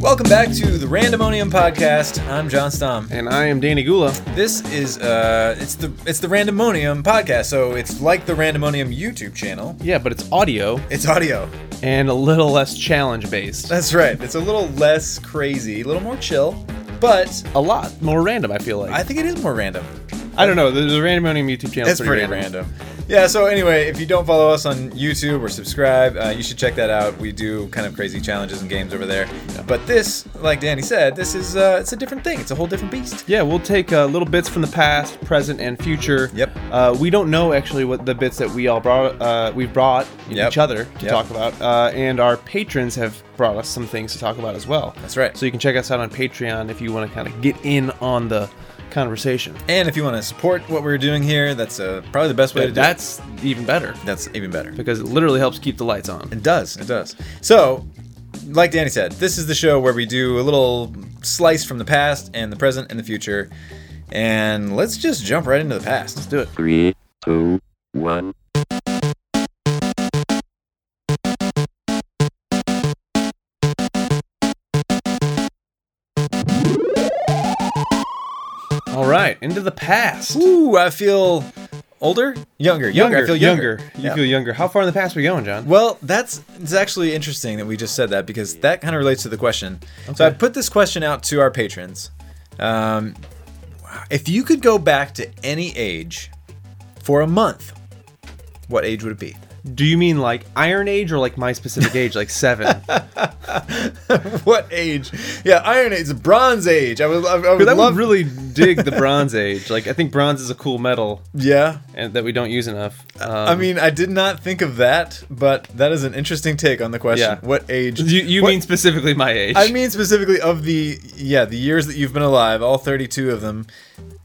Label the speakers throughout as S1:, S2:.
S1: Welcome back to the Randomonium podcast. I'm John Stom.
S2: And I am Danny Gula.
S1: This is uh, it's the it's the Randomonium podcast, so it's like the Randomonium YouTube channel.
S2: Yeah, but it's audio
S1: It's audio.
S2: and a little less challenge based.
S1: That's right. It's a little less crazy, a little more chill, but
S2: A lot more random, I feel like.
S1: I
S2: I,
S1: think it is more random.
S2: don't know. The, the Randomonium YouTube channel
S1: It's pretty random. Yeah. So anyway, if you don't follow us on YouTube or subscribe, uh, you should check that out. We do kind of crazy challenges and games over there. But this, like Danny said, this is uh, it's a different thing. It's a whole different beast.
S2: Yeah, we'll take uh, little bits from the past, present, and future.
S1: Yep.
S2: Uh, we don't know actually what the bits that we all brought, uh, we've brought
S1: Yep.
S2: each other to
S1: Yep.
S2: talk about, uh, and our patrons have brought us some things to talk about as well.
S1: That's right.
S2: So you can check us out on Patreon if you want to kind of get in on the conversation.
S1: And if you want to support what we're doing here, that's uh, probably the best way to do it.
S2: That's even better
S1: That's even better.
S2: because it literally helps keep the lights on.
S1: It does. It does. So, like Danny said, this is the show where we do a little slice from the past and the present and the future. And let's just jump right into the past.
S2: do it.
S3: Three, two, one.
S2: All right, into the past.
S1: Ooh, I feel older, younger, younger. I feel younger.
S2: You
S1: Yeah.
S2: feel younger. How far in the past are we going, John?
S1: Well, that's it's actually interesting that we just said that because that kind of relates to the question. So I put this question out to our patrons. Um, if you could go back to any age for a month, what age would it be?
S2: Do you mean like Iron Age or like my specific age, like seven?
S1: what age? Yeah, Iron Age, Bronze Age. I would, I, I would
S2: Because I
S1: love.
S2: would really dig the Bronze Age. Like I think bronze is a cool metal
S1: yeah,
S2: and that we don't use enough. Um,
S1: I mean, I did not think of that, but that is an interesting take on the question.
S2: Yeah.
S1: What age?
S2: you, you
S1: what-
S2: mean specifically my age?
S1: I mean specifically of the yeah the years that you've been alive, all 32 of them.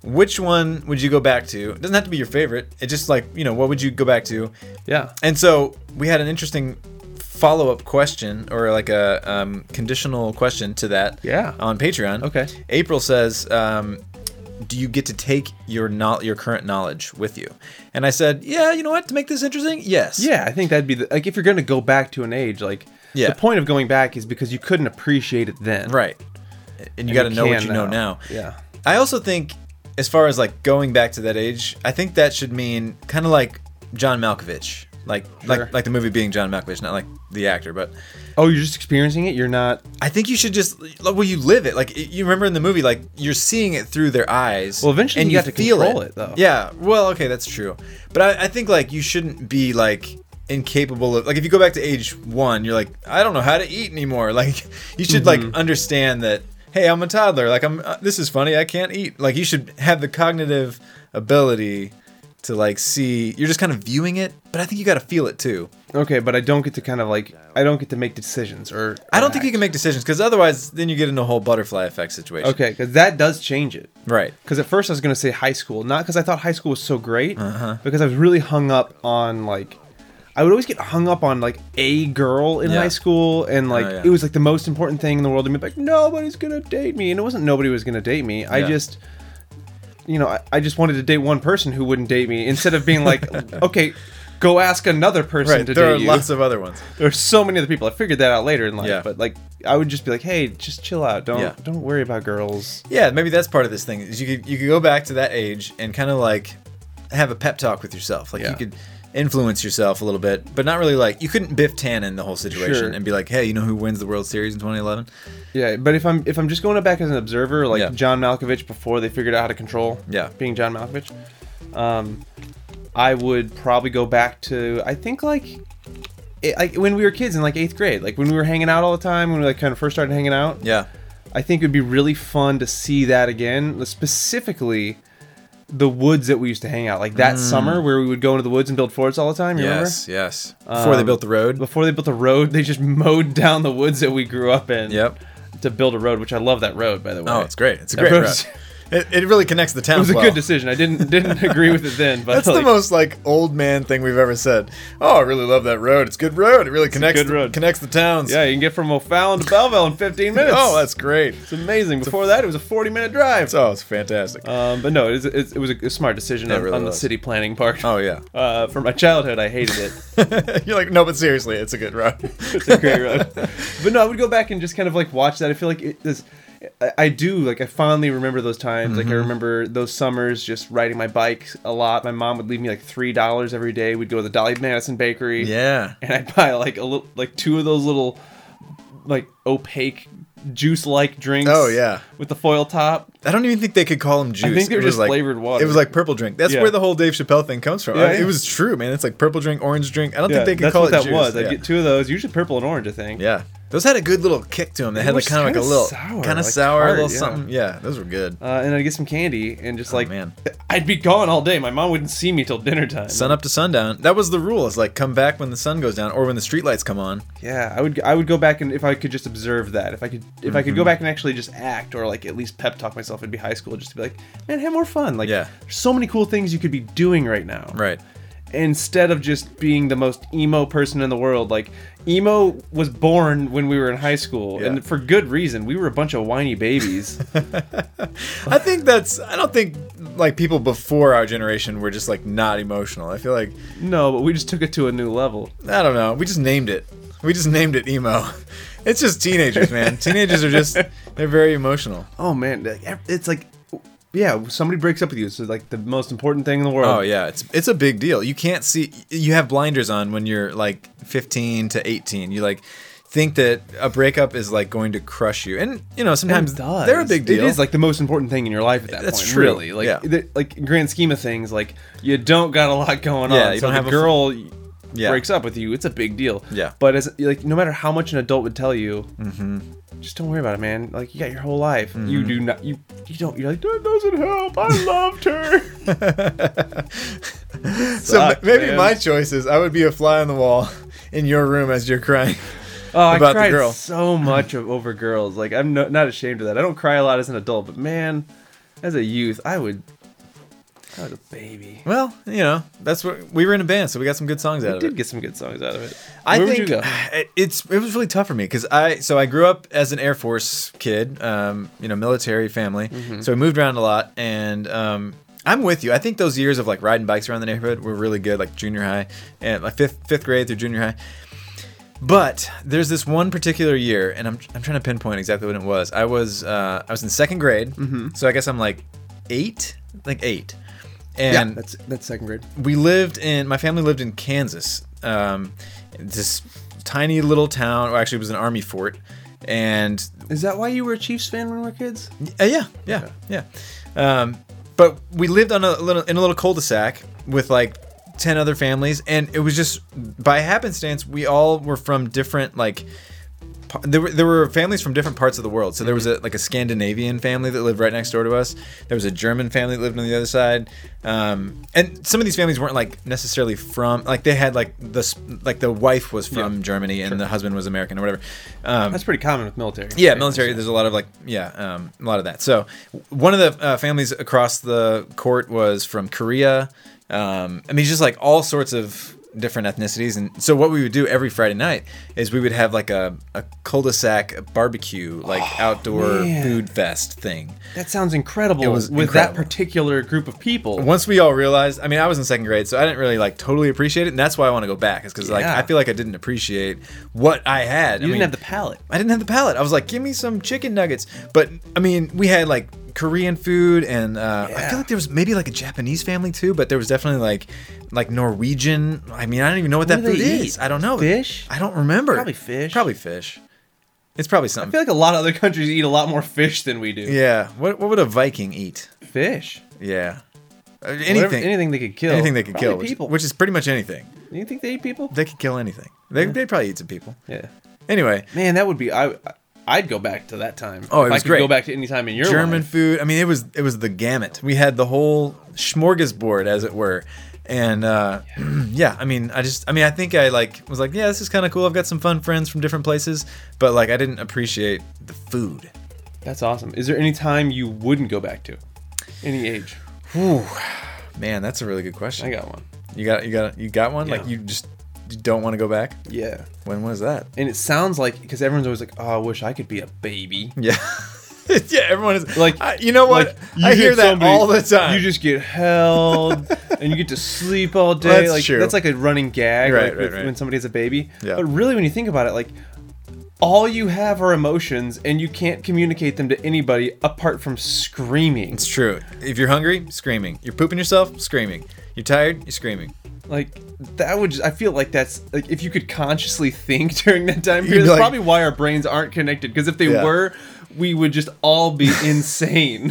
S1: Which one would you go back to? It doesn't have to be your favorite. It just like you know what would you go back to?
S2: yeah.
S1: And so we had an interesting follow-up question or like a um, conditional question to that
S2: Yeah.
S1: on patreon
S2: Okay.
S1: april says um, do you get to take your not your current knowledge with you and i said yeah you know what to make this interesting yes
S2: Yeah, I think that'd be the, like if you're gonna go back to an age, like
S1: Yeah.
S2: the point of going back is because you couldn't appreciate it then.
S1: right and you got to know what
S2: can
S1: you know now
S2: Yeah.
S1: I also think, as far as like going back to that age, I think that should mean kind of like John Malkovich, like
S2: Sure.
S1: like like the movie being John Malkovich, not like the actor, but
S2: Oh, you're just experiencing it. You're not
S1: I think you should just like, well, you live it. Like y- you remember in the movie, like you're seeing it through their eyes.
S2: Well, eventually
S1: and
S2: you got to
S1: feel
S2: control it, though.
S1: Yeah. Well, okay, that's true. But I, I think like you shouldn't be like incapable of like if you go back to age one, you're like I don't know how to eat anymore. Like you should
S2: Mm-hmm.
S1: like understand that hey, I'm a toddler. Like I'm uh, this is funny. I can't eat. Like you should have the cognitive ability to like see. You're just kind of viewing it, but I think you got to feel it too.
S2: Okay, but I don't get to kind of like I don't get to make decisions or.
S1: I don't think you can make decisions because otherwise, then you get in a whole butterfly effect situation.
S2: Okay, because that does change it.
S1: Right.
S2: Because at first I was gonna say high school, not because I thought high school was so great,
S1: Uh-huh.
S2: because I was really hung up on like, I would always get hung up on like a girl in
S1: Yeah. Oh,
S2: high school, and like
S1: yeah.
S2: it was like the most important thing in the world to me. Like nobody's gonna date me, and it wasn't nobody was gonna date me. I
S1: Yeah.
S2: just, you know, I, I just wanted to date one person who wouldn't date me instead of being like, okay, go ask another person
S1: Right.
S2: to
S1: There
S2: date
S1: are
S2: you.
S1: lots of other ones.
S2: There's so many other people. I figured that out later in life,
S1: Yeah.
S2: but like I would just be like, "Hey, just chill out. Don't
S1: Yeah.
S2: don't worry about girls."
S1: Yeah, maybe that's part of this thing. Is you could you could go back to that age and kind of like have a pep talk with yourself. Like
S2: Yeah.
S1: you could influence yourself a little bit, but not really like you couldn't Biff Tannen the whole situation
S2: Sure.
S1: and be like, hey, you know who wins the World Series in 2011?
S2: Yeah, but if I'm if I'm just going back as an observer, like
S1: Yeah.
S2: John Malkovich before they figured out how to control,
S1: Yeah.
S2: being John Malkovich, um, I would probably go back to I think like. It, like when we were kids in like eighth grade, like when we were hanging out all the time, when we like kind of first started hanging out,
S1: Yeah,
S2: I think it'd be really fun to see that again, specifically the woods that we used to hang out. Like that summer where we would go into the woods and build forts all the time. You
S1: Mm.
S2: Um,
S1: yes, yes. Before they built the road.
S2: remember? Before they built the road, they just mowed down the woods that we grew up in.
S1: Yep.
S2: To build a road, which I love that road by the way.
S1: Oh, it's great. It's a
S2: That
S1: great road.
S2: road's-
S1: It, it really connects the town.
S2: It was a
S1: well.
S2: good decision. I didn't didn't agree with it then, but
S1: That's the
S2: like,
S1: most like old man thing we've ever said. Oh, I really love that road. It's a good road. It really connects
S2: good road.
S1: connects the towns.
S2: yeah, you can get from O'Fallon to Belleville in 15 minutes.
S1: Oh, that's great.
S2: it's amazing. Before that, it was a 40 minute drive.
S1: It's, oh, it's fantastic.
S2: Um, but no, it, is, it, it was a smart decision
S1: It
S2: on,
S1: really
S2: on the
S1: was.
S2: city planning part.
S1: oh yeah.
S2: Uh, for my childhood, I hated it.
S1: You're like no, but seriously, it's a good road.
S2: it's a great road. But no, I would go back and just kind of like watch that. I feel like it this. I- I do like I fondly remember those times.
S1: Mm-hmm.
S2: Like I remember those summers just riding my bike a lot. My mom would leave me like three dollars every day. We'd go to the Dolly Madison Bakery.
S1: yeah.
S2: and I'd buy like a little, like two of those little, like opaque juice-like drinks.
S1: Oh, yeah.
S2: with the foil top.
S1: I don't even think they could call them juice.
S2: think they were
S1: It was
S2: just
S1: like-
S2: flavored water.
S1: It was like purple drink. That's
S2: Yeah.
S1: where the whole Dave Chappelle thing comes from.
S2: Yeah,
S1: I-
S2: yeah.
S1: It was true, man. It's like purple drink, orange drink. I don't think they could
S2: that's
S1: call
S2: what
S1: it
S2: that
S1: juice.
S2: was. I'd
S1: yeah.
S2: get two of those, usually purple and orange, I think.
S1: Yeah. Those had a good little kick to them. They, had
S2: were
S1: like kind of like a
S2: kinda
S1: little
S2: sour,
S1: kind of
S2: like
S1: sour,
S2: tart,
S1: a little
S2: yeah.
S1: something. Yeah, those were good.
S2: Uh, and I'd get some candy and just like
S1: Oh, man.
S2: I'd be gone all day. My mom wouldn't see me till dinner time.
S1: Sun up to sundown. That was the rule. It's like come back when the sun goes down or when the streetlights come on.
S2: Yeah, I would I would go back and if I could just observe that, if I could if I could
S1: Mm-hmm.
S2: go back and actually just act or like at least pep talk myself, it'd be high school just to be like, man, have more fun. Like,
S1: Yeah.
S2: there's so many cool things you could be doing right now.
S1: Right.
S2: Instead of just being the most emo person in the world, like emo was born when we were in high school,
S1: Yeah.
S2: and for good reason. We were a bunch of whiny babies.
S1: I think that's. I don't think like people before our generation were just like not emotional. I feel like
S2: no, but we just took it to a new level.
S1: I don't know. We just named it. We just named it emo. It's just teenagers, man. teenagers are just they're very emotional.
S2: Oh man, like, ev- it's like, yeah, somebody breaks up with you. So like the most important thing in the world.
S1: Oh yeah, it's it's a big deal. You can't see. You have blinders on when you're like 15 to 18. You like think that a breakup is like going to crush you, and you know sometimes
S2: It does.
S1: they're a big deal.
S2: It is like the most important thing in your life at that
S1: That's
S2: point.
S1: true.
S2: Really, like
S1: Yeah.
S2: the- like in grand scheme of things, like you don't got a lot going
S1: Yeah,
S2: on.
S1: you
S2: so
S1: don't
S2: if
S1: have
S2: a
S1: a-
S2: girl
S1: Yeah.
S2: breaks up with you, it's a big deal.
S1: Yeah.
S2: But as like no matter how much an adult would tell you,
S1: Mm-hmm.
S2: just don't worry about it, man. Like you got your whole life. You do not. You you don't. You're like that doesn't help. I loved her.
S1: so ma-
S2: Sucks,
S1: maybe
S2: man.
S1: my choice is I would be a fly on the wall in your room as you're crying.
S2: Oh, I
S1: About the
S2: cried
S1: girl.
S2: so much of, over girls. Like I'm no, not ashamed of that. I don't cry a lot as an adult, but man, as a youth, I would. I was a baby.
S1: Well, you know that's what we were in a band, so we got some good songs out
S2: I
S1: of
S2: did
S1: it.
S2: get some good songs out of it.
S1: I
S2: Where
S1: think
S2: would you go?
S1: it- it's it was really tough for me because I so I grew up as an Air Force kid, um, you know, military family. So I moved around a lot, and um, I'm with you. I think those years of like riding bikes around the neighborhood were really good, like junior high and like fifth fifth grade through junior high. But there's this one particular year, and I'm, I'm trying to pinpoint exactly what it was. I was uh, I was in second grade, so I guess I'm like eight, like eight, and
S2: that's that's second grade.
S1: we lived in my family lived in Kansas, um, this tiny little town. Or actually, it was an army fort, and
S2: Is that why you were a Chiefs fan when we were kids?
S1: uh, yeah, yeah, yeah. Um, but we lived on a little in a little cul-de-sac with like ten other families, and it was just by happenstance we all were from different like. pa- There were, there were families from different parts of the world. So there was a like a Scandinavian family that lived right next door to us. There was a German family that lived on the other side, um, and some of these families weren't like necessarily from like they had like the s- like the wife was from Germany and the husband was American or whatever. Um,
S2: That's pretty common with military.
S1: yeah, military. There's a lot of like, yeah, um, a lot of that. So, w- one of the uh, families across the court was from Korea. Um, I mean, just like all sorts of different ethnicities. And so, what we would do every Friday night is we would have like a, a cul-de-sac barbecue, like outdoor
S2: Oh, man.
S1: food fest thing.
S2: That sounds incredible.
S1: It was
S2: with
S1: incredible.
S2: that particular group of people.
S1: Once we all realized, I mean, I was in second grade, so I didn't really like totally appreciate it. And that's why I want to go back, is because like
S2: Yeah.
S1: I feel like I didn't appreciate what I had. I
S2: you didn't
S1: mean,
S2: have the palate.
S1: I didn't have the palate. I was like, give me some chicken nuggets. But I mean, we had like Korean food, and uh, I
S2: Yeah.
S1: feel like there was maybe like a Japanese family too, but there was definitely like like Norwegian. I mean, I don't even know what,
S2: What
S1: that
S2: do
S1: food
S2: they eat?
S1: is. I don't know.
S2: Fish?
S1: I don't remember.
S2: Probably fish.
S1: Probably fish. It's probably
S2: I
S1: something.
S2: feel like a lot of other countries eat a lot more fish than we do.
S1: yeah. What what would a Viking eat?
S2: Fish.
S1: Yeah. Uh, Anything.
S2: Whatever-
S1: anything.
S2: anything they could kill.
S1: they could
S2: Probably
S1: kill, which,
S2: people.
S1: which is pretty much anything.
S2: you think they eat people?
S1: They could kill anything. They, They'd probably eat some people.
S2: Yeah.
S1: Anyway,
S2: Man, that would be. I. I'd go back to that time.
S1: Oh, it
S2: If I
S1: was
S2: could
S1: great.
S2: Go back to any time in your
S1: German
S2: life.
S1: food. I mean, it was it was the gamut. We had the whole smorgasbord, as it were. And uh, yeah. I mean, I just, I mean, I think I like was like, yeah, this is kind of cool. I've got some fun friends from different places, but like, I didn't appreciate the food.
S2: That's awesome. Is there any time you wouldn't go back to? Any age.
S1: Whew. Man, that's a really good question.
S2: I got one.
S1: You got you got you got one? Like
S2: Yeah.
S1: you just you don't want to go back?
S2: Yeah.
S1: When was that?
S2: And it sounds like because everyone's always like, "Oh, I wish I could be a baby."
S1: Yeah. yeah, everyone is
S2: Like-
S1: like I, you know what?
S2: Like, you
S1: I
S2: get
S1: hear that
S2: somebody-
S1: all the time.
S2: You just get held, and you get to sleep all day.
S1: That's
S2: like
S1: true.
S2: that's like a running gag,
S1: Right,
S2: like,
S1: right,
S2: with-
S1: right.
S2: When somebody has a baby,
S1: Yeah.
S2: but really, when you think about it, like all you have are emotions, and you can't communicate them to anybody apart from screaming.
S1: it's true. If you're hungry, screaming. You're pooping yourself, screaming. You're tired, you're screaming.
S2: Like that would just, I feel like that's like if you could consciously think during that time period,
S1: be
S2: that's
S1: like-
S2: probably why our brains aren't connected. Because if they
S1: Yeah.
S2: were, we would just all be insane.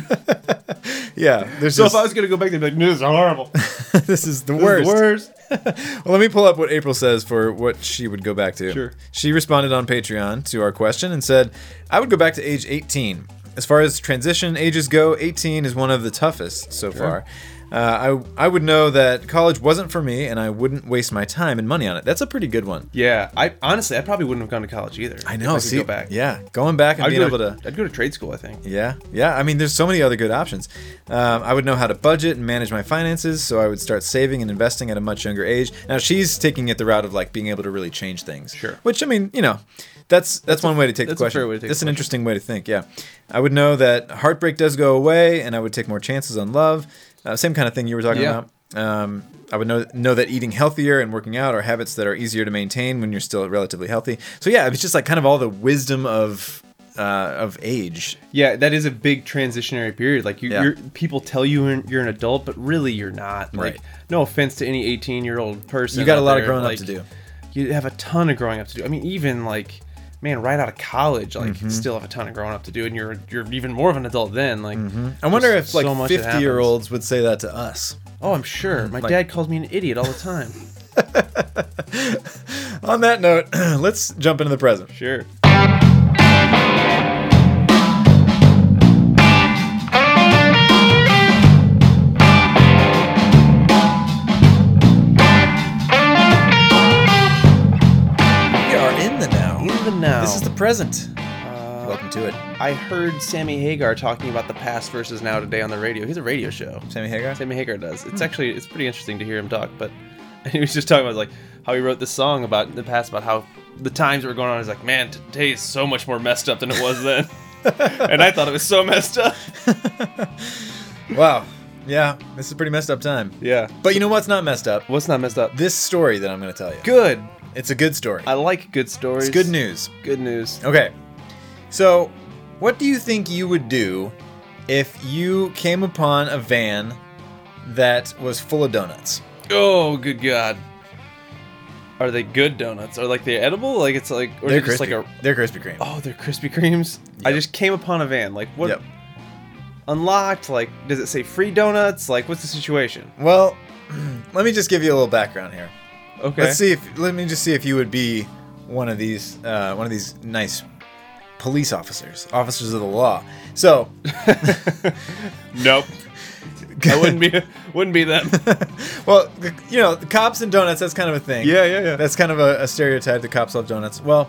S1: Yeah, there's
S2: so
S1: this,
S2: if I was gonna go back, they'd be like, "No, "This is horrible. This
S1: this is the
S2: is
S1: worst.
S2: the worst."
S1: Well, let me pull up what April says for what she would go back to.
S2: Sure.
S1: She responded on Patreon to our question and said, I would go back to age 18. As far as transition ages go, 18 is one of the toughest so far. Uh, I, I would know that college wasn't for me and I wouldn't waste my time and money on it. That's a pretty good one.
S2: Yeah, I honestly, I probably wouldn't have gone to college either.
S1: I
S2: if
S1: know.
S2: I could
S1: see,
S2: go back.
S1: yeah, going back and
S2: I'd
S1: being
S2: go,
S1: able
S2: to,
S1: to.
S2: I'd go to trade school. I think.
S1: Yeah, yeah. I mean, there's so many other good options. Um, I would know how to budget and manage my finances, so I would start saving and investing at a much younger age. Now she's taking it the route of like being able to really change things.
S2: Sure.
S1: Which I mean, you know, that's that's, one way to take
S2: that's
S1: the
S2: a
S1: question.
S2: fair way to take
S1: that's
S2: the
S1: an interesting way to think. Yeah, I would know that heartbreak does go away, and I would take more chances on love. Uh, same kind of thing you were talking
S2: Yeah.
S1: about. Um, I would know know that eating healthier and working out are habits that are easier to maintain when you're still relatively healthy. So yeah, it's just like kind of all the wisdom of uh, of age
S2: Yeah, that is a big transitionary period. Like you,
S1: Yeah.
S2: you're, people tell you you're, you're an adult, but really you're not. Like,
S1: Right.
S2: no offense to any 18 year old person.
S1: You got a
S2: out
S1: lot of
S2: there,
S1: growing up
S2: like,
S1: to do.
S2: You have a ton of growing up to do. I mean, even like, man, right out of college, like,
S1: Mm-hmm.
S2: you still have a ton of growing up to do, and you're you're even more of an adult then. Like,
S1: Mm-hmm. I wonder
S2: just
S1: if like
S2: so much that
S1: 50 year olds would say that to us.
S2: happens. Oh, I'm sure. My
S1: Like-
S2: dad calls me an idiot all the time.
S1: On that note, let's jump into the present.
S2: sure.
S1: We are in the now.
S2: Even now.
S1: This is the present.
S2: Uh,
S1: Welcome to it.
S2: I heard Sammy Hagar talking about the past versus now today on the radio. He's a radio show.
S1: Sammy Hagar.
S2: Sammy Hagar does.
S1: Hmm.
S2: It's actually it's pretty interesting to hear him talk. But he was just talking about like how he wrote this song about in the past about how the times that were going on. He's like, man, today is so much more messed up than it was then. and I thought it was so messed up.
S1: Wow. Yeah, this is a pretty messed up time.
S2: Yeah.
S1: But you know what's not messed up?
S2: What's not messed up?
S1: This story that I'm going to tell you.
S2: Good.
S1: It's a good story.
S2: I like good stories.
S1: It's good news.
S2: Good news.
S1: Okay. So, what do you think you would do if you came upon a van that was full of donuts?
S2: Oh, good God. Are they good donuts? Are like they edible? Like it's like or
S1: They're
S2: just
S1: crispy.
S2: like a
S1: They're Krispy Kreme.
S2: Oh, they're Krispy Kremes. I
S1: Yep.
S2: just came upon a van. Like what?
S1: Yep.
S2: Unlocked. Like does it say free donuts? Like what's the situation?
S1: Well, let me just give you a little background here.
S2: Okay.
S1: Let's see if let me just see if you would be one of these uh, one of these nice police officers, officers of the law. So,
S2: Nope. I wouldn't be. Wouldn't be them.
S1: well, you know, the cops and donuts. That's kind of a thing.
S2: yeah, yeah.
S1: That's kind of a, a stereotype. The cops love donuts. Well,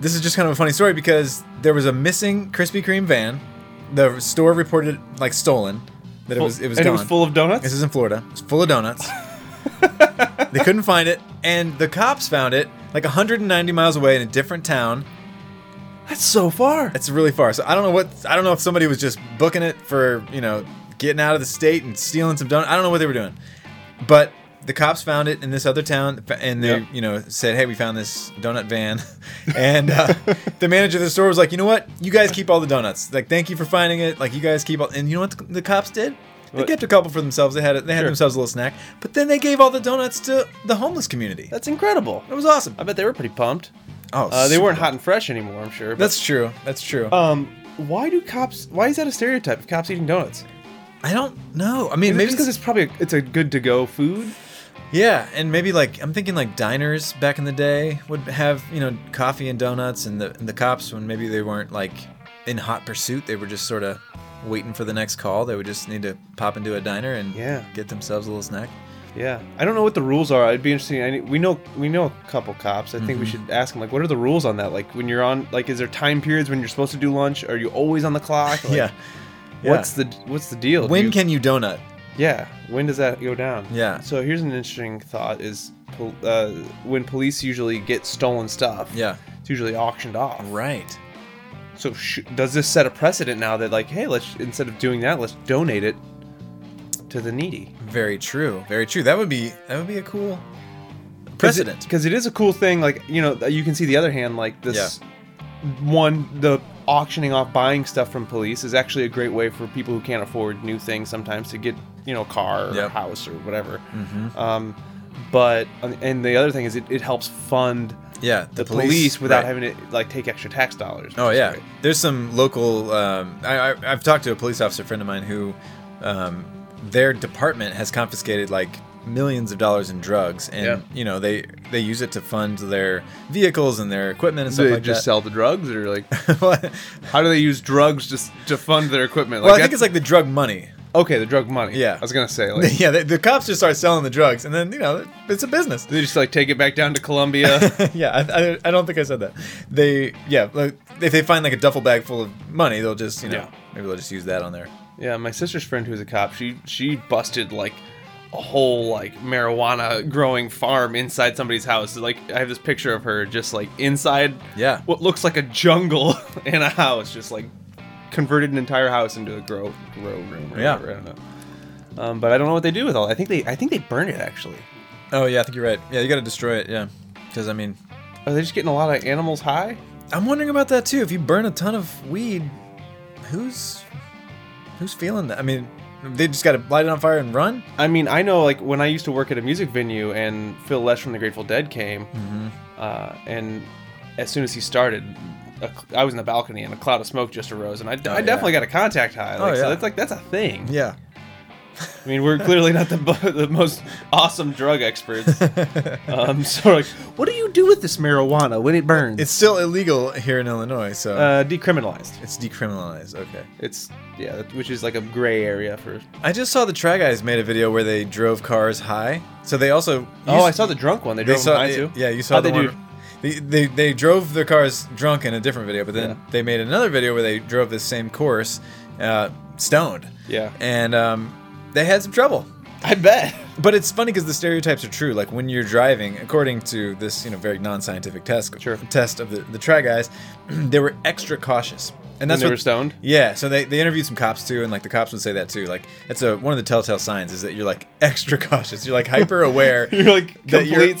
S1: this is just kind of a funny story because there was a missing Krispy Kreme van. The store reported like stolen. That it was it was
S2: and
S1: gone.
S2: it was full of donuts.
S1: This is in Florida. It's full of donuts. they couldn't find it, and the cops found it like 190 miles away in a different town.
S2: That's so far.
S1: It's really far. So I don't know what I don't know if somebody was just booking it for you know getting out of the state and stealing some donuts. I don't know what they were doing, but the cops found it in this other town, and they
S2: Yep.
S1: you know said, "Hey, we found this donut van," and uh, the manager of the store was like, "You know what? You guys keep all the donuts. Like, thank you for finding it. Like, you guys keep all." And you know what the, the cops did? They
S2: What?
S1: kept a couple for themselves. They had it. They had
S2: Sure.
S1: themselves a little snack, but then they gave all the donuts to the homeless community. That
S2: That's incredible.
S1: was awesome.
S2: I bet they were pretty pumped.
S1: Oh,
S2: Uh, they weren't
S1: super.
S2: hot and fresh anymore. I'm sure. but-
S1: That's true. That's true.
S2: um. Why do cops? Why is that a stereotype of cops eating donuts?
S1: I don't know. I mean,
S2: Maybe
S1: maybe
S2: because it's probably a, it's a good to go food.
S1: Yeah, and maybe like I'm thinking like diners back in the day would have you know coffee and donuts, and the and the cops when maybe they weren't like in hot pursuit, they were just sort of waiting for the next call. They would just need to pop into a diner and
S2: Yeah.
S1: get themselves a little snack.
S2: Yeah, I don't know what the rules are. I'd be interesting. I, we know we know a couple cops. I think we
S1: Mm-hmm.
S2: should ask them like, what are the rules on that? Like when you're on, like, is there time periods when you're supposed to do lunch? Are you always on the clock? Like,
S1: yeah, Yeah.
S2: What's the what's the deal? Do
S1: When
S2: you-
S1: can you donut?
S2: Yeah, when does that go down?
S1: Yeah.
S2: So here's an interesting thought: is pol- uh, when police usually get stolen stuff,
S1: Yeah.
S2: it's usually auctioned off.
S1: Right.
S2: So sh- does this set a precedent now that like, hey, let's instead of doing that, let's donate it to the needy?
S1: Very true. Very true. That would be that would be a cool precedent.
S2: because it is a cool thing. Like you know, you can see the other hand, like this one, the auctioning off buying stuff from police is actually a great way for people who can't afford new things sometimes to get you know a car or a
S1: Yep.
S2: house or whatever.
S1: Mm-hmm.
S2: Um, but uh, and the other thing is it, it helps fund
S1: Yeah,
S2: the, police, without
S1: right.
S2: having to like take extra tax dollars.
S1: Oh
S2: which is
S1: yeah,
S2: great.
S1: there's some local. Um, I, I I've talked to a police officer friend of mine who, um, their department has confiscated like millions of dollars in drugs, and
S2: Yeah.
S1: you know they they use it to fund their vehicles and their equipment and
S2: Do
S1: stuff
S2: they
S1: like
S2: just
S1: that.
S2: sell the drugs or like
S1: well,
S2: how do they use drugs just to fund their equipment?
S1: I think
S2: that's-
S1: it's like the drug money.
S2: okay, the drug money.
S1: Yeah.
S2: I was gonna say like
S1: yeah, the, the cops just start selling the drugs, and then you know it's a business.
S2: they just like take it back down to Colombia.
S1: yeah, I, I, I don't think I said that. They yeah, like, if they find like a duffel bag full of money, they'll just you know
S2: Yeah.
S1: maybe they'll just use that on there.
S2: Yeah, my sister's friend who's a cop, she she busted like a whole like marijuana growing farm inside somebody's house. Like I have this picture of her just like inside
S1: Yeah.
S2: what looks like a jungle in a house, just like converted an entire house into a grow grow room or
S1: Yeah.
S2: whatever. I don't know. Um, but I don't know what they do with all. I think they I think they burn it actually.
S1: Oh yeah, I think you're right. Yeah, you got to destroy it. Yeah, because I mean,
S2: Are they just getting a lot of animals high?
S1: I'm wondering about that too. If you burn a ton of weed, who's who's feeling that? I mean, they just got to light it on fire and run.
S2: I mean, I know like when I used to work at a music venue and Phil Lesh from the Grateful Dead came,
S1: Mm-hmm.
S2: uh, and as soon as he started, a cl- I was in the balcony and a cloud of smoke just arose, and I, I
S1: Oh, yeah.
S2: definitely got a contact high. Like,
S1: Oh, yeah.
S2: So that's like that's a thing.
S1: Yeah.
S2: I mean, we're clearly not the bo- the most awesome drug experts. um, so like, what do you do with this marijuana when it burns?
S1: It's still illegal here in Illinois, so
S2: uh, decriminalized.
S1: it's decriminalized. Okay.
S2: It's yeah, that- which is like a gray area for.
S1: I just saw the Try Guys made a video where they drove cars high. So they also
S2: Oh, I saw the drunk one. They
S1: they
S2: drove
S1: saw
S2: him high
S1: they-
S2: too.
S1: yeah you saw
S2: How'd
S1: the
S2: they do?
S1: one they, they they drove their cars drunk in a different video but then
S2: Yeah.
S1: they made another video where they drove this same course uh, stoned
S2: Yeah.
S1: and um, they had some trouble
S2: I bet.
S1: but it's funny because the stereotypes are true. Like when you're driving, according to this, you know, very non-scientific test
S2: Sure.
S1: test of the the try guys, they were extra cautious, and that's
S2: they
S1: what
S2: were stoned?
S1: Yeah, so they, they interviewed some cops too, and like the cops would say that too. Like it's a one of the telltale signs is that you're like extra cautious. You're like hyper aware.
S2: You're, like,
S1: that you're
S2: complete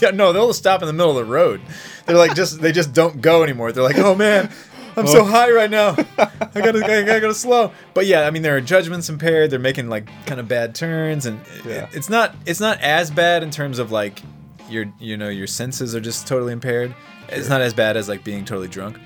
S1: yeah, no, they'll stop in the middle of the road. They're like just they just don't go anymore. They're like, oh man. I'm so high right now. I gotta, I gotta go slow. But yeah, I mean, there are judgments impaired. They're making like kind of bad turns, and it-
S2: Yeah.
S1: it's not, it's not as bad in terms of like your, you know, your senses are just totally impaired. It's not as bad as like being totally drunk,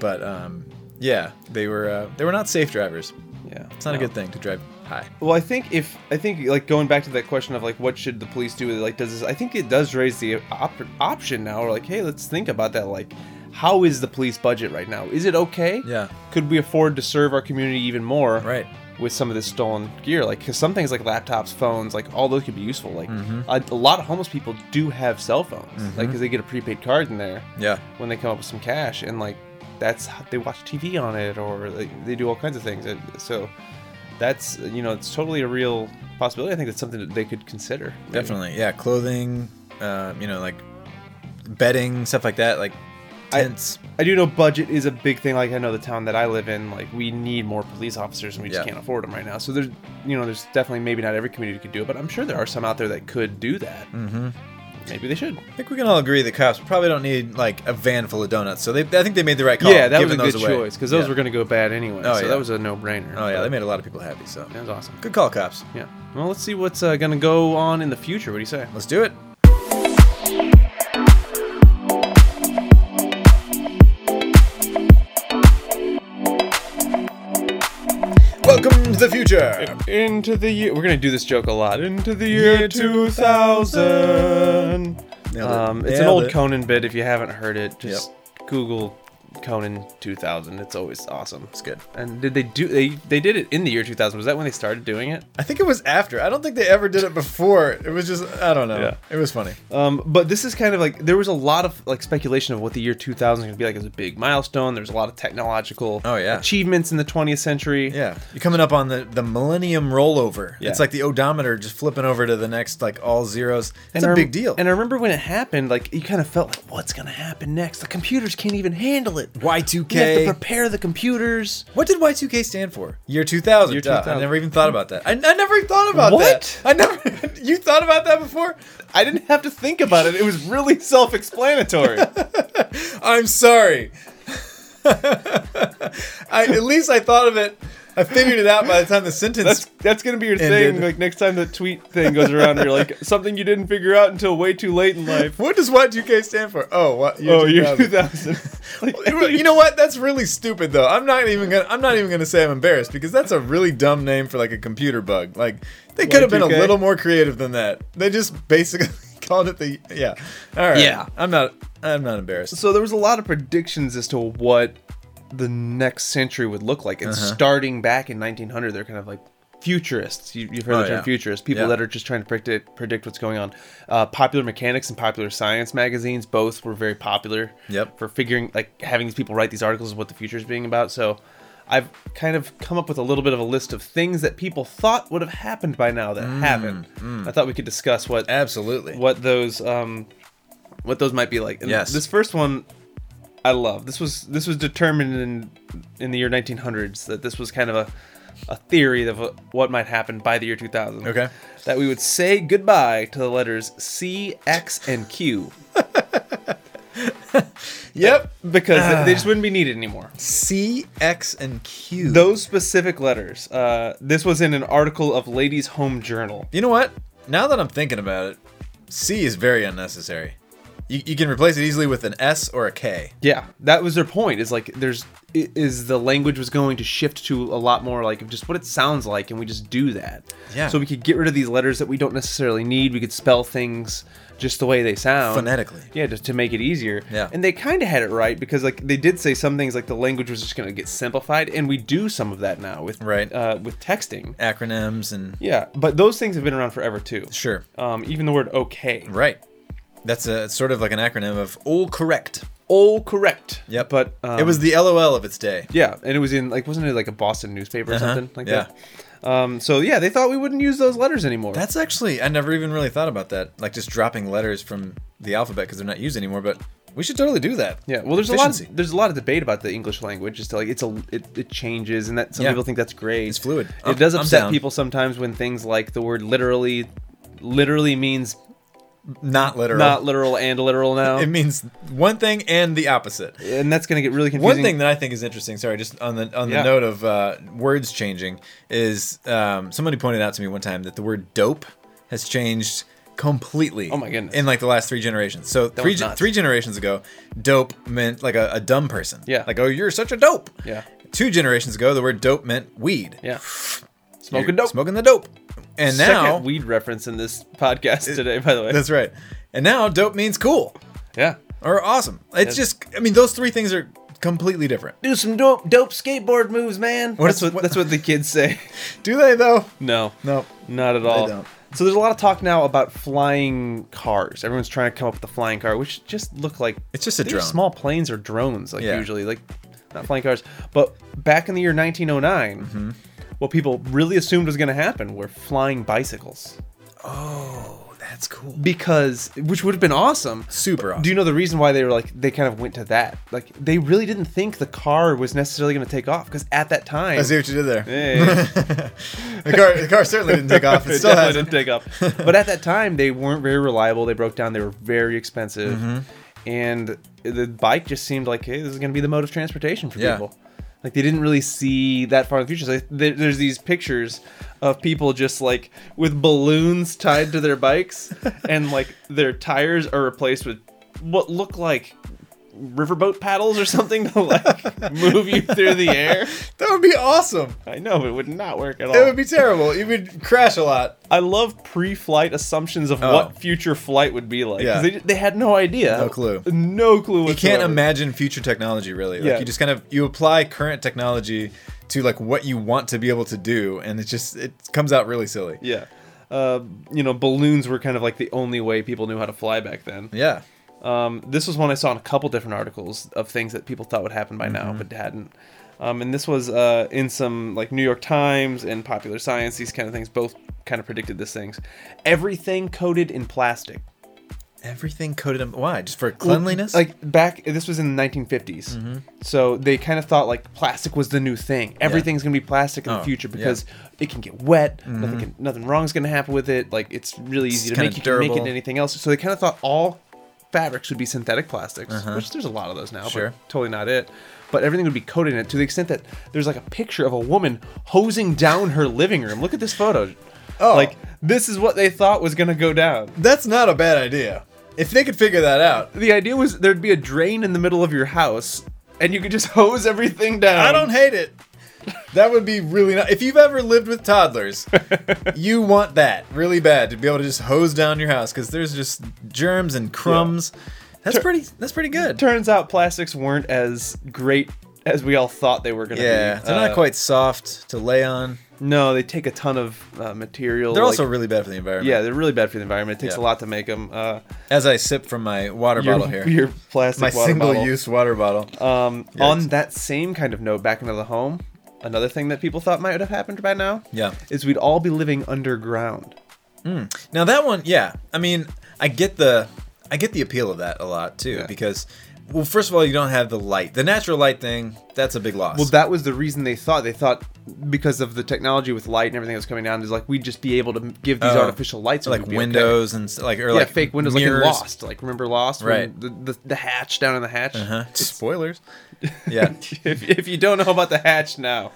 S1: but um, yeah, they were, uh, they were not safe drivers.
S2: Yeah.
S1: It's not a good thing to drive high.
S2: Well, I think if I think like going back to that question of like what should the police do? with it, Like, does this? I think it does raise the op- option now. Or like, hey, let's think about that. Like, how is the police budget right now? Is it okay?
S1: Yeah.
S2: Could we afford to serve our community even more?
S1: Right.
S2: With some of this stolen gear, like because some things like laptops, phones, like all those could be useful. Like
S1: Mm-hmm.
S2: a, a lot of homeless people do have cell phones, Like 'cause like because they get a prepaid card in there
S1: Yeah.
S2: when they come up with some cash and like that's how they watch tv on it or like, they do all kinds of things And so that's you know it's totally a real possibility i think that's something that they could consider maybe.
S1: Definitely, yeah. Clothing, uh, you know, like bedding, stuff like that, like
S2: I-
S1: tents.
S2: i do know budget is a big thing like i know the town that i live in like we need more police officers and we just
S1: Yeah.
S2: can't afford them right now so there's you know there's definitely maybe not every community could do it but i'm sure there are some out there that could do that mm-hmm. maybe they should
S1: I, think we can all agree that cops probably don't need like a van full of donuts. So they, I think they made the right call.
S2: yeah that was a
S1: giving
S2: good
S1: those away.
S2: choice because those
S1: Yeah.
S2: were going to go bad anyway
S1: Oh,
S2: so
S1: yeah.
S2: that was a no-brainer
S1: Oh yeah,
S2: but
S1: they made a lot of people happy. So
S2: that was awesome
S1: good call, cops.
S2: Yeah. Well, let's see what's uh, going to go on in the future. What do you say?
S1: Let's do it. Welcome to the future.
S2: Into the year. We're going to do this joke a lot. Into the
S1: Year
S2: year 2000.
S1: Nailed it.
S2: Um, it's an
S1: Nailed
S2: old
S1: it.
S2: Conan bit. If you haven't heard it, just Google Conan 2000. It's always awesome.
S1: It's good.
S2: And did they do they they did it in the year 2000? Was that when they started doing it?
S1: I think it was after. I don't think they ever did it before. It was just I don't know.
S2: Yeah.
S1: It was funny.
S2: Um, but this is kind of like there was a lot of like speculation of what the year 2000 is going to be like as a big milestone. There's a lot of technological
S1: Oh, yeah.
S2: achievements in the 20th century.
S1: Yeah, you're coming up on the the millennium rollover.
S2: Yeah.
S1: It's like the odometer just flipping over to the next like all zeros. It's
S2: I
S1: a
S2: rem-
S1: big deal.
S2: And I remember when it happened, like you kind of felt like, what's going to happen next? The computers can't even handle it. We have to
S1: Y2K.
S2: prepare the computers.
S1: What did Y2K stand for? Year 2000.
S2: Year
S1: duh.
S2: 2000.
S1: I never even thought about that. I, I never even thought about
S2: What?
S1: that. I never. you thought about that before?
S2: I didn't have to think about it. It was really self-explanatory.
S1: I'm sorry. I, at least I thought of it. I figured it out by the time the sentence.
S2: That's that's gonna be your thing.
S1: Ended.
S2: Like next time the tweet thing goes around, you're like something you didn't figure out until way too late in life.
S1: what does Y2K stand for? Oh, what? Year
S2: Oh, year
S1: 2000.
S2: 2000. Like,
S1: you know what? That's really stupid, though. I'm not even gonna. I'm not even gonna say I'm embarrassed because that's a really dumb name for like a computer bug. Like they could have been a
S2: Y2K?
S1: little more creative than that. They just basically called it the yeah. All right.
S2: Yeah.
S1: I'm not. I'm not embarrassed.
S2: so there was a lot of predictions as to what the next century would look like. And
S1: Uh-huh.
S2: starting back in 1900, they're kind of like futurists. You, you've heard
S1: Oh,
S2: the term
S1: yeah.
S2: futurists, people
S1: Yeah.
S2: that are just trying to predict predict what's going on. Uh, popular Mechanics and Popular Science magazines both were very popular.
S1: Yep.
S2: For figuring like having these people write these articles of what the future is being about. So. I've kind of come up with a little bit of a list of things that people thought would have happened by now that
S1: Mm.
S2: haven't. I thought we could discuss what
S1: Absolutely.
S2: what those um what those might be like. And
S1: Yes.
S2: This first one I love. This was this was determined in in the year 1900s that this was kind of a a theory of what might happen by the year 2000.
S1: Okay.
S2: That we would say goodbye to the letters C, X, and Q
S1: Yep.
S2: because they- they just wouldn't be needed anymore.
S1: C, X, and Q.
S2: Those specific letters. Uh, this was in an article of Ladies Home Journal.
S1: You know what? Now that I'm thinking about it, C is very unnecessary. You, you can replace it easily with an S or a K.
S2: Yeah, that was their point. Is like there's i- is the language was going to shift to a lot more like of just what it sounds like, and we just do that.
S1: Yeah.
S2: So we could get rid of these letters that we don't necessarily need. We could spell things just the way they sound
S1: Phonetically.
S2: Yeah, just to make it easier.
S1: Yeah.
S2: And they kind of had it right because like they did say some things like the language was just going to get simplified, and we do some of that now with
S1: Right.
S2: uh, with texting.
S1: Acronyms and
S2: Yeah, but those things have been around forever too.
S1: sure.
S2: Um, even the word okay.
S1: Right. That's a it's sort of like an acronym of all correct.
S2: All correct.
S1: Yep.
S2: But um,
S1: it was the LOL of its day.
S2: Yeah, and it was in like wasn't it like a Boston newspaper or something like
S1: Uh-huh. yeah.
S2: that. Um, so yeah, they thought we wouldn't use those letters anymore.
S1: That's actually I never even really thought about that. Like just dropping letters from the alphabet because they're not used anymore. But we should totally do that.
S2: yeah, well, there's a lot.
S1: Efficiency.
S2: Of, there's a lot of debate about the English language. Just like it's a it, it changes, and that some
S1: Yeah.
S2: people think that's great.
S1: It's fluid.
S2: It
S1: I'm-
S2: does
S1: I'm
S2: upset
S1: down.
S2: people sometimes when things like the word literally, literally means
S1: Not literal.
S2: not literal and literal now,
S1: It means one thing and the opposite.
S2: and that's gonna get really confusing.
S1: One thing that I think is interesting, sorry, just on the on the
S2: Yeah.
S1: note of uh, words changing, is um, somebody pointed out to me one time that the word "dope" has changed completely.
S2: Oh my goodness.
S1: In like the last three generations. So three
S2: was
S1: gen-
S2: nuts.
S1: three generations ago, "dope" meant like a, a dumb person.
S2: Yeah.
S1: Like, oh, you're such a dope.
S2: Yeah.
S1: Two generations ago, the word "dope" meant weed.
S2: yeah,
S1: You're
S2: smoking dope.
S1: Smoking the dope. And now,
S2: Second weed reference in this podcast today, by the way.
S1: that's right. And now, dope means cool
S2: Yeah,
S1: or awesome. It's just, I mean, those three things are completely different.
S2: do some dope dope skateboard moves, man.
S1: What's-
S2: that's what, that's what the kids say.
S1: Do they though?
S2: No.
S1: No.
S2: Not at all.
S1: don't.
S2: So there's a lot of talk now about flying cars. Everyone's trying to come up with a flying car, which just look like
S1: It's just a
S2: they're
S1: drone.
S2: Small planes or drones, like
S1: Yeah.
S2: usually, like not flying cars. But back in the year 1909,
S1: Mm-hmm.
S2: what people really assumed was going to happen were flying bicycles,
S1: Oh, that's cool.
S2: because which would have been awesome.
S1: Super awesome.
S2: Do you know the reason why they were like they kind of went to that? Like they really didn't think the car was necessarily going to take off, because at that time,
S1: I see what you did there.
S2: Hey.
S1: The car, the car certainly didn't take off. It, still
S2: definitely
S1: hasn't.
S2: didn't take up. But at that time, they weren't very reliable. They broke down. They were very expensive,
S1: Mm-hmm.
S2: and the bike just seemed like, hey, this is going to be the mode of transportation for
S1: Yeah.
S2: people. Like they didn't really see that far in the future. So like, there, there's these pictures of people just like with balloons tied to their bikes, and like their tires are replaced with what look like riverboat paddles or something to like move you through the air.
S1: That would be awesome.
S2: I know it would not work at all.
S1: It would be terrible. You would crash a lot.
S2: I love pre-flight assumptions of
S1: Oh.
S2: what future flight would be like. 'cause
S1: Yeah.
S2: They, they had no idea.
S1: No clue.
S2: No clue.
S1: You can't
S2: whatsoever.
S1: imagine future technology really. Like
S2: Yeah.
S1: you just kind of you apply current technology to like what you want to be able to do and it just it comes out really silly.
S2: Yeah. Uh, you know, balloons were kind of like the only way people knew how to fly back then.
S1: Yeah.
S2: Um, this was one I saw in a couple different articles of things that people thought would happen by
S1: Mm-hmm.
S2: now but hadn't. Um, and this was uh, in some like New York Times and Popular Science. These kind of things both kind of predicted these things. Everything coated in plastic.
S1: Everything coated in why? Just for cleanliness? Mm-hmm.
S2: Well, like back, this was in the 1950s. So they kind of thought like plastic was the new thing. Everything's gonna be plastic in
S1: Oh,
S2: the future
S1: yeah. Mm-hmm.
S2: because it can get wet. Nothing, can, nothing wrong's gonna happen with it. Like it's really easy to
S1: kinda
S2: make. You can make it
S1: durable.
S2: into anything else. So they kind of thought all fabrics would be synthetic plastics, which there's a lot of those now.
S1: Uh-huh. Sure.
S2: But totally not it. But everything would be coated in it to the extent that there's like a picture of a woman hosing down her living room. Look at this photo.
S1: Oh.
S2: Like this is what they thought was gonna go down.
S1: That's not a bad idea. If they could figure that out.
S2: The idea was there'd be a drain in the middle of your house, and you could just hose everything down.
S1: I don't hate it. That would be really nice. If you've ever lived with toddlers, you want that really bad to be able to just hose down your house because there's just germs and crumbs. That's pretty. That's pretty good.
S2: Turns out plastics weren't as great as we all thought they were going to
S1: Yeah,
S2: be.
S1: they're not
S2: Uh,
S1: quite soft to lay on.
S2: No, they take a ton of uh, material.
S1: They're also
S2: like-
S1: really bad for the environment.
S2: yeah, they're really bad for the environment. It takes
S1: Yeah.
S2: a lot to make them. Uh,
S1: As I sip from my water
S2: your,
S1: bottle here,
S2: your plastic
S1: my
S2: water bottle.
S1: single-use water bottle.
S2: Um,
S1: Yikes.
S2: on that same kind of note, back into the home, another thing that people thought might have happened by now
S1: Yeah.
S2: is we'd all be living underground.
S1: Now that one, yeah. I mean, I get the I get the appeal of that a lot too
S2: Yeah.
S1: because well, first of all, you don't have the light. The natural light thing, that's a big loss.
S2: Well, that was the reason they thought. They thought because of the technology with light and everything that was coming down, is like we'd just be able to give these
S1: Oh.
S2: artificial lights, and
S1: like
S2: we'd be okay.
S1: windows and s- like or
S2: yeah,
S1: like
S2: fake windows,
S1: mirrors.
S2: like in Lost. Like remember Lost, when
S1: Right.
S2: The, the the hatch down in the hatch.
S1: Uh-huh. Spoilers. Yeah.
S2: if, if you don't know about the hatch now,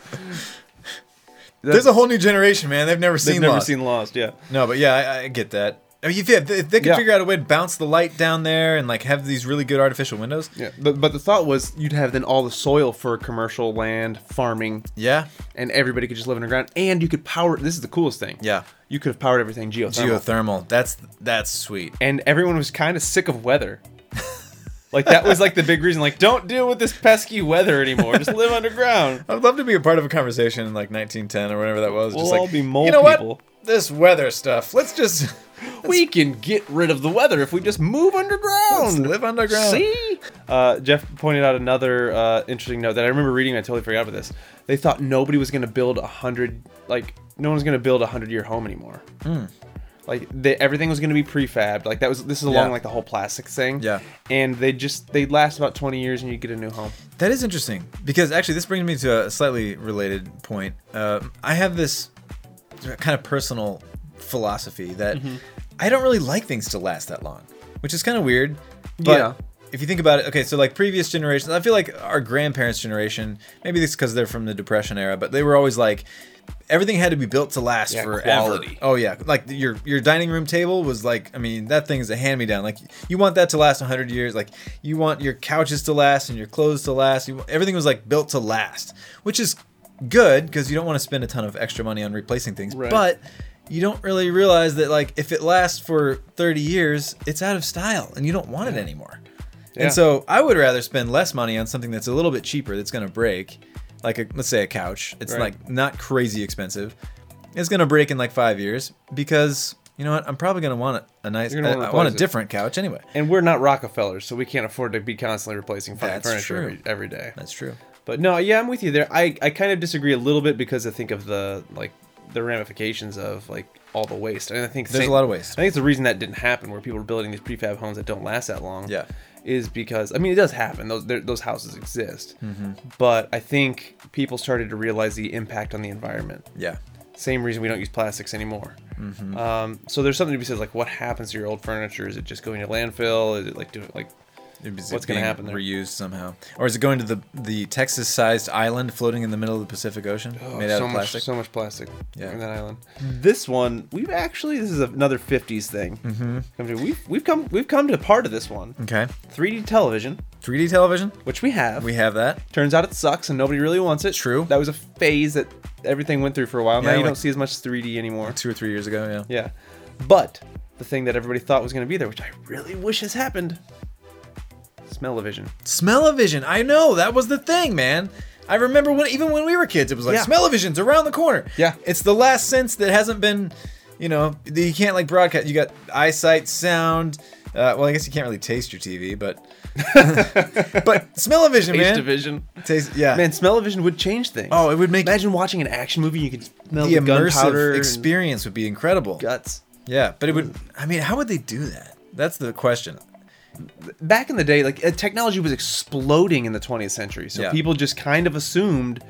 S1: There's a whole new generation, man. They've never
S2: they've
S1: seen
S2: never
S1: Lost.
S2: seen Lost. Yeah,
S1: No, but yeah, I, I get that. I mean, if, yeah, if they could
S2: Yeah.
S1: figure out a way to bounce the light down there and like have these really good artificial windows,
S2: yeah. But, but the thought was you'd have then all the soil for commercial land, farming,
S1: yeah,
S2: and everybody could just live underground, and you could power. This is the coolest thing.
S1: yeah,
S2: you could have powered everything geothermal.
S1: geothermal. That's that's sweet.
S2: and everyone was kind of sick of weather. like that was like the big reason. Like, don't deal with this pesky weather anymore. Just live underground.
S1: I'd love to be a part of a conversation in like 1910 or whatever that was.
S2: We'll
S1: just like,
S2: all be mole
S1: you know
S2: people."
S1: what? This weather stuff. Let's just
S2: we can get rid of the weather if we just move
S1: let's
S2: underground.
S1: live underground.
S2: See? Uh, Jeff pointed out another uh, interesting note that I remember reading. I totally forgot about this. They thought nobody was going to build a hundred, like no one's going to build a hundred year home anymore.
S1: Hmm.
S2: Like they, everything was going to be prefabbed. Like that was this is along
S1: Yeah.
S2: like the whole plastic thing.
S1: Yeah.
S2: And they just they'd last about twenty years and you would get a new home.
S1: That is interesting because actually this brings me to a slightly related point. Uh, I have this kind of personal philosophy that
S2: Mm-hmm.
S1: I don't really like things to last that long, which is kind of weird. But
S2: Yeah.
S1: if you think about it, okay, so like previous generations, I feel like our grandparents' generation, maybe this because they're from the Depression era, but they were always like everything had to be built to last
S2: Yeah,
S1: forever.
S2: quality.
S1: Oh yeah, like your your dining room table was like, I mean, that thing is a hand me down. Like you want that to last 100 years. Like you want your couches to last and your clothes to last. You, everything was like built to last, which is good because you don't want to spend a ton of extra money on replacing things.
S2: Right.
S1: But you don't really realize that like if it lasts for 30 years, it's out of style and you don't want it anymore.
S2: Yeah.
S1: And so I would rather spend less money on something that's a little bit cheaper that's going to break, like a, let's say a couch. It's
S2: Right.
S1: like not crazy expensive. It's going to break in like five years because you know what? I'm probably going to want a, a nice.
S2: You're gonna
S1: I,
S2: wanna
S1: I want a
S2: replace it.
S1: different couch anyway.
S2: and we're not Rockefellers, so we can't afford to be constantly replacing fine
S1: That's
S2: furniture
S1: true.
S2: every, every day.
S1: That's true.
S2: But no, yeah, I'm with you there. I, I kind of disagree a little bit because I think of the like the ramifications of like all the waste. And I think
S1: There's
S2: same-
S1: a lot of waste.
S2: I think it's the reason that didn't happen where people were building these prefab homes that don't last that long.
S1: Yeah.
S2: Is because I mean it does happen. Those there- those houses exist,
S1: Mm-hmm.
S2: but I think people started to realize the impact on the environment
S1: Yeah.
S2: same reason we don't use plastics anymore. Mm-hmm. Um, so there's something to be said like what happens to your old furniture? Is it just going to landfill? Is it like doing like
S1: It was
S2: What's gonna
S1: being
S2: happen there?
S1: Reused somehow, or is it going to the the Texas-sized island floating in the middle of the Pacific Ocean,
S2: Oh,
S1: made out
S2: so
S1: of plastic?
S2: Much, so much plastic
S1: Yeah.
S2: in that island. This one, we've actually this is another '50s thing. Mm-hmm. Mm. We've we've come we've come to part of this one.
S1: okay,
S2: 3D television,
S1: 3D television.
S2: which we have.
S1: We have that.
S2: Turns out it sucks and nobody really wants it.
S1: True.
S2: That was a phase that everything went through for a while.
S1: Yeah,
S2: now you
S1: like-
S2: don't see as much 3D anymore.
S1: two or three years ago. Yeah.
S2: Yeah. But the thing that everybody thought was going to be there, which I really wish has happened, smell-o-vision.
S1: Smell-o-vision. I know that was the thing, man. I remember when even when we were kids, it was like
S2: Yeah.
S1: smell-o-vision's around the corner.
S2: Yeah.
S1: It's the last sense that hasn't been, you know, that you can't like broadcast. You got eyesight, sound. Uh, well, I guess you can't really taste your TV, but but smell-o-vision, man.
S2: division.
S1: Taste, yeah.
S2: Man, smell-o-vision would change things.
S1: Oh, it would make-
S2: Imagine watching an action movie. You could smell
S1: the
S2: the,
S1: immersive
S2: gunpowder experience.
S1: experience would be incredible.
S2: Guts.
S1: Yeah, but it would.
S2: Mm.
S1: I mean, how would they do that? That's the question.
S2: back in the day, like uh, technology was exploding in the 20th century. So
S1: Yeah.
S2: people just kind of assumed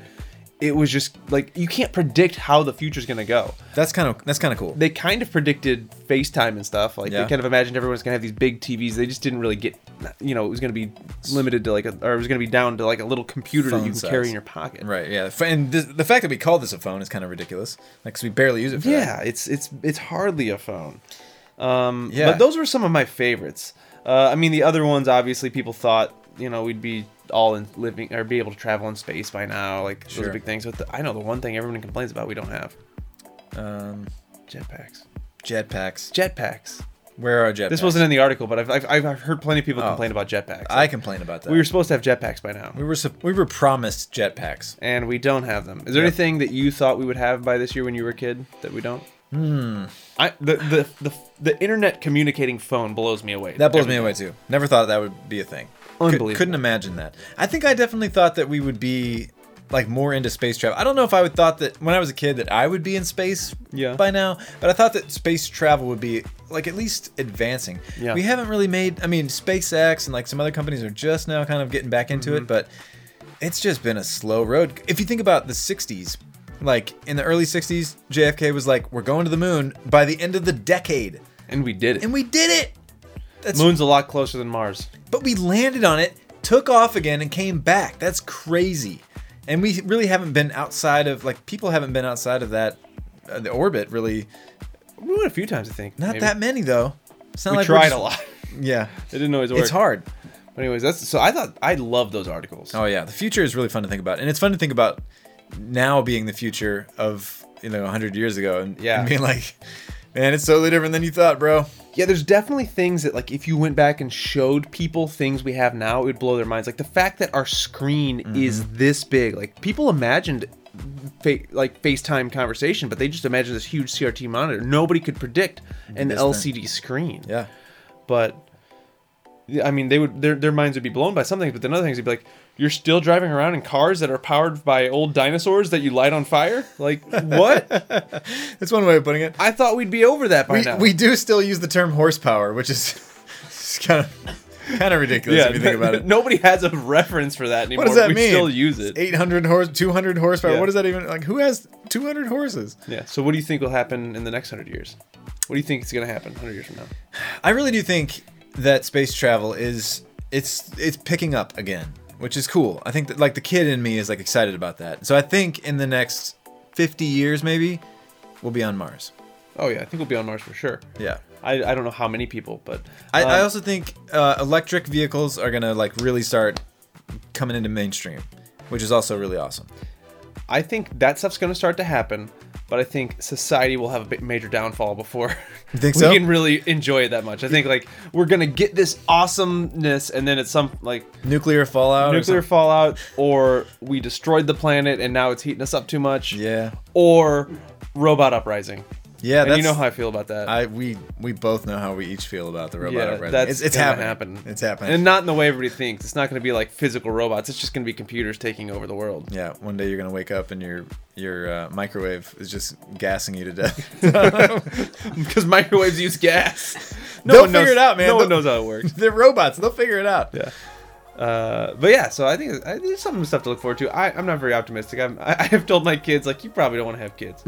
S2: it was just like you can't predict how the future's going to go.
S1: That's kind of that's kind of cool.
S2: They kind of predicted FaceTime and stuff. Like
S1: Yeah.
S2: they kind of imagined everyone's going to have these big TVs. They just didn't really get, you know, it was going to be limited to like, a, or it was going to be down to like a little computer that
S1: Phone
S2: you can
S1: size.
S2: carry in your pocket.
S1: Right. Yeah. F- And this, the fact that we call this a phone is kind of ridiculous. Like, 'cause we barely use it. for
S2: Yeah,
S1: that.
S2: it's it's it's hardly a phone. Um,
S1: Yeah.
S2: But those were some of my favorites. Uh, I mean, the other ones obviously people thought you know we'd be all in living or be able to travel in space by now, like
S1: Sure.
S2: those big things. But the, I know the one thing everyone complains about we don't have
S1: Um,
S2: jetpacks.
S1: jetpacks.
S2: Jetpacks.
S1: Where are jetpacks?
S2: This wasn't in the article, but I've I've, I've heard plenty of people
S1: Oh.
S2: complain about jetpacks.
S1: I complain about that.
S2: we were supposed to have jetpacks by now,
S1: we were sup- we were promised jetpacks.
S2: and we don't have them. Is there
S1: Yeah.
S2: anything that you thought we would have by this year when you were a kid that we don't? Hmm. I the, the the the internet communicating phone blows me away.
S1: That blows me away too. Never thought that would be a thing. Cou-
S2: Unbelievable.
S1: Couldn't imagine that. I think I definitely thought that we would be like more into space travel. I don't know if I would thought that when I was a kid that I would be in space
S2: Yeah.
S1: by now, but I thought that space travel would be like at least advancing.
S2: Yeah.
S1: We haven't really made I mean SpaceX and like some other companies are just now kind of getting back into
S2: Mm-hmm.
S1: it, but it's just been a slow road. If you think about the 60s, like in the early 60s, JFK was like we're going to the moon by the end of the decade.
S2: And we did it.
S1: And we did it. That's
S2: Moon's a lot closer than Mars.
S1: but we landed on it, took off again, and came back. That's crazy. And we really haven't been outside of like people haven't been outside of that uh, the orbit really.
S2: We went a few times, I think.
S1: Not
S2: maybe.
S1: that many though. It's not
S2: We
S1: like we're
S2: tried
S1: just-
S2: a lot.
S1: Yeah,
S2: It didn't always work.
S1: it's hard.
S2: But anyways, that's so. I thought I love those articles.
S1: Oh yeah, the future is really fun to think about, and it's fun to think about now being the future of you know 100 years ago, and,
S2: Yeah.
S1: and being like, man, it's totally different than you thought, bro.
S2: Yeah, there's definitely things that like if you went back and showed people things we have now, it would blow their minds. Like the fact that our screen
S1: Mm-hmm.
S2: is this big. Like people imagined fa- like FaceTime conversation, but they just imagined this huge CRT monitor. Nobody could predict an
S1: This thing.
S2: LCD screen.
S1: Yeah,
S2: but yeah, I mean, they would their, their minds would be blown by some things, but then other things would be like, you're still driving around in cars that are powered by old dinosaurs that you light on fire. Like what?
S1: that's one way of putting it.
S2: I thought we'd be over that by
S1: we,
S2: now.
S1: we do still use the term horsepower, which is kind of kind of ridiculous if you think about it.
S2: Nobody has a reference for that anymore.
S1: What does that
S2: we
S1: mean?
S2: Still use it.
S1: It's 800 horse, 200 horsepower.
S2: Yeah.
S1: What does that even like? Who has 200 horses?
S2: Yeah. So what do you think will happen in the next hundred years? What do you think is going to happen hundred years from now?
S1: I really do think that space travel is it's it's picking up again, which is cool. I think that like the kid in me is like excited about that. So I think in the next 50 years maybe we'll be on Mars.
S2: Oh yeah, I think we'll be on Mars for sure.
S1: Yeah.
S2: I, I don't know how many people, but
S1: I, I
S2: um,
S1: also think uh, electric vehicles are gonna like really start coming into mainstream, which is also really awesome.
S2: I think that stuff's going to start to happen, but I think society will have a bit major downfall before
S1: You think
S2: we
S1: so?
S2: can really enjoy it that much. I think like we're going to get this awesomeness, and then it's some like
S1: Nuclear fallout. or
S2: nuclear
S1: something.
S2: fallout, or we destroyed the planet and now it's heating us up too much,
S1: Yeah.
S2: or robot uprising.
S1: Yeah.
S2: and
S1: that's,
S2: you know how I feel about that.
S1: I we we both know how we each feel about the robot
S2: yeah,
S1: uprising.
S2: that's
S1: it's, it's
S2: gonna
S1: happening.
S2: happen.
S1: It's happening.
S2: and not in the way everybody thinks. It's not going to be like physical robots. It's just going to be computers taking over the world.
S1: yeah, one day you're gonna wake up and your your uh, microwave is just gassing you to death.
S2: because microwaves use gas. No
S1: They'll
S2: one knows,
S1: figure it out, man.
S2: No one
S1: They'll-
S2: knows how it works.
S1: They're robots. They'll figure it out.
S2: Yeah. Uh, but yeah, so I think I, there's some stuff to look forward to. I, I'm not very optimistic. I'm, I, I have told my kids like you probably don't want to have kids.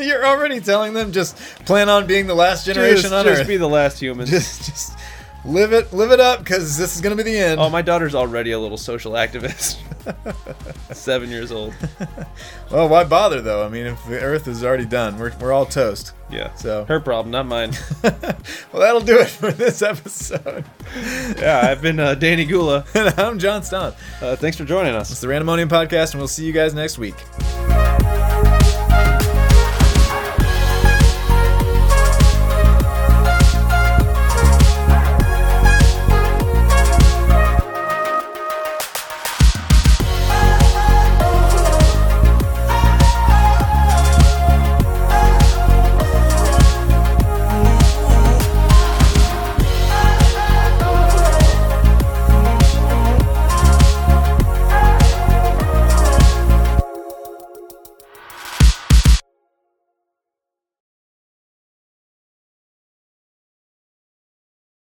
S1: You're already telling them just plan on being the last generation
S2: just,
S1: on
S2: just
S1: Earth.
S2: be the last humans.
S1: just just Live it, live it up, because this is gonna be the end.
S2: Oh, my daughter's already a little social activist. Seven years old.
S1: well, Oh, why bother though? I mean, if the Earth is already done, we're we're all toast.
S2: Yeah.
S1: So-
S2: her problem, not mine.
S1: well, that'll do it for this episode.
S2: yeah, I've been uh, Danny Gula.
S1: and I'm John Stott.
S2: Uh, thanks for joining us.
S1: It's the Randomonium Podcast, and we'll see you guys next week.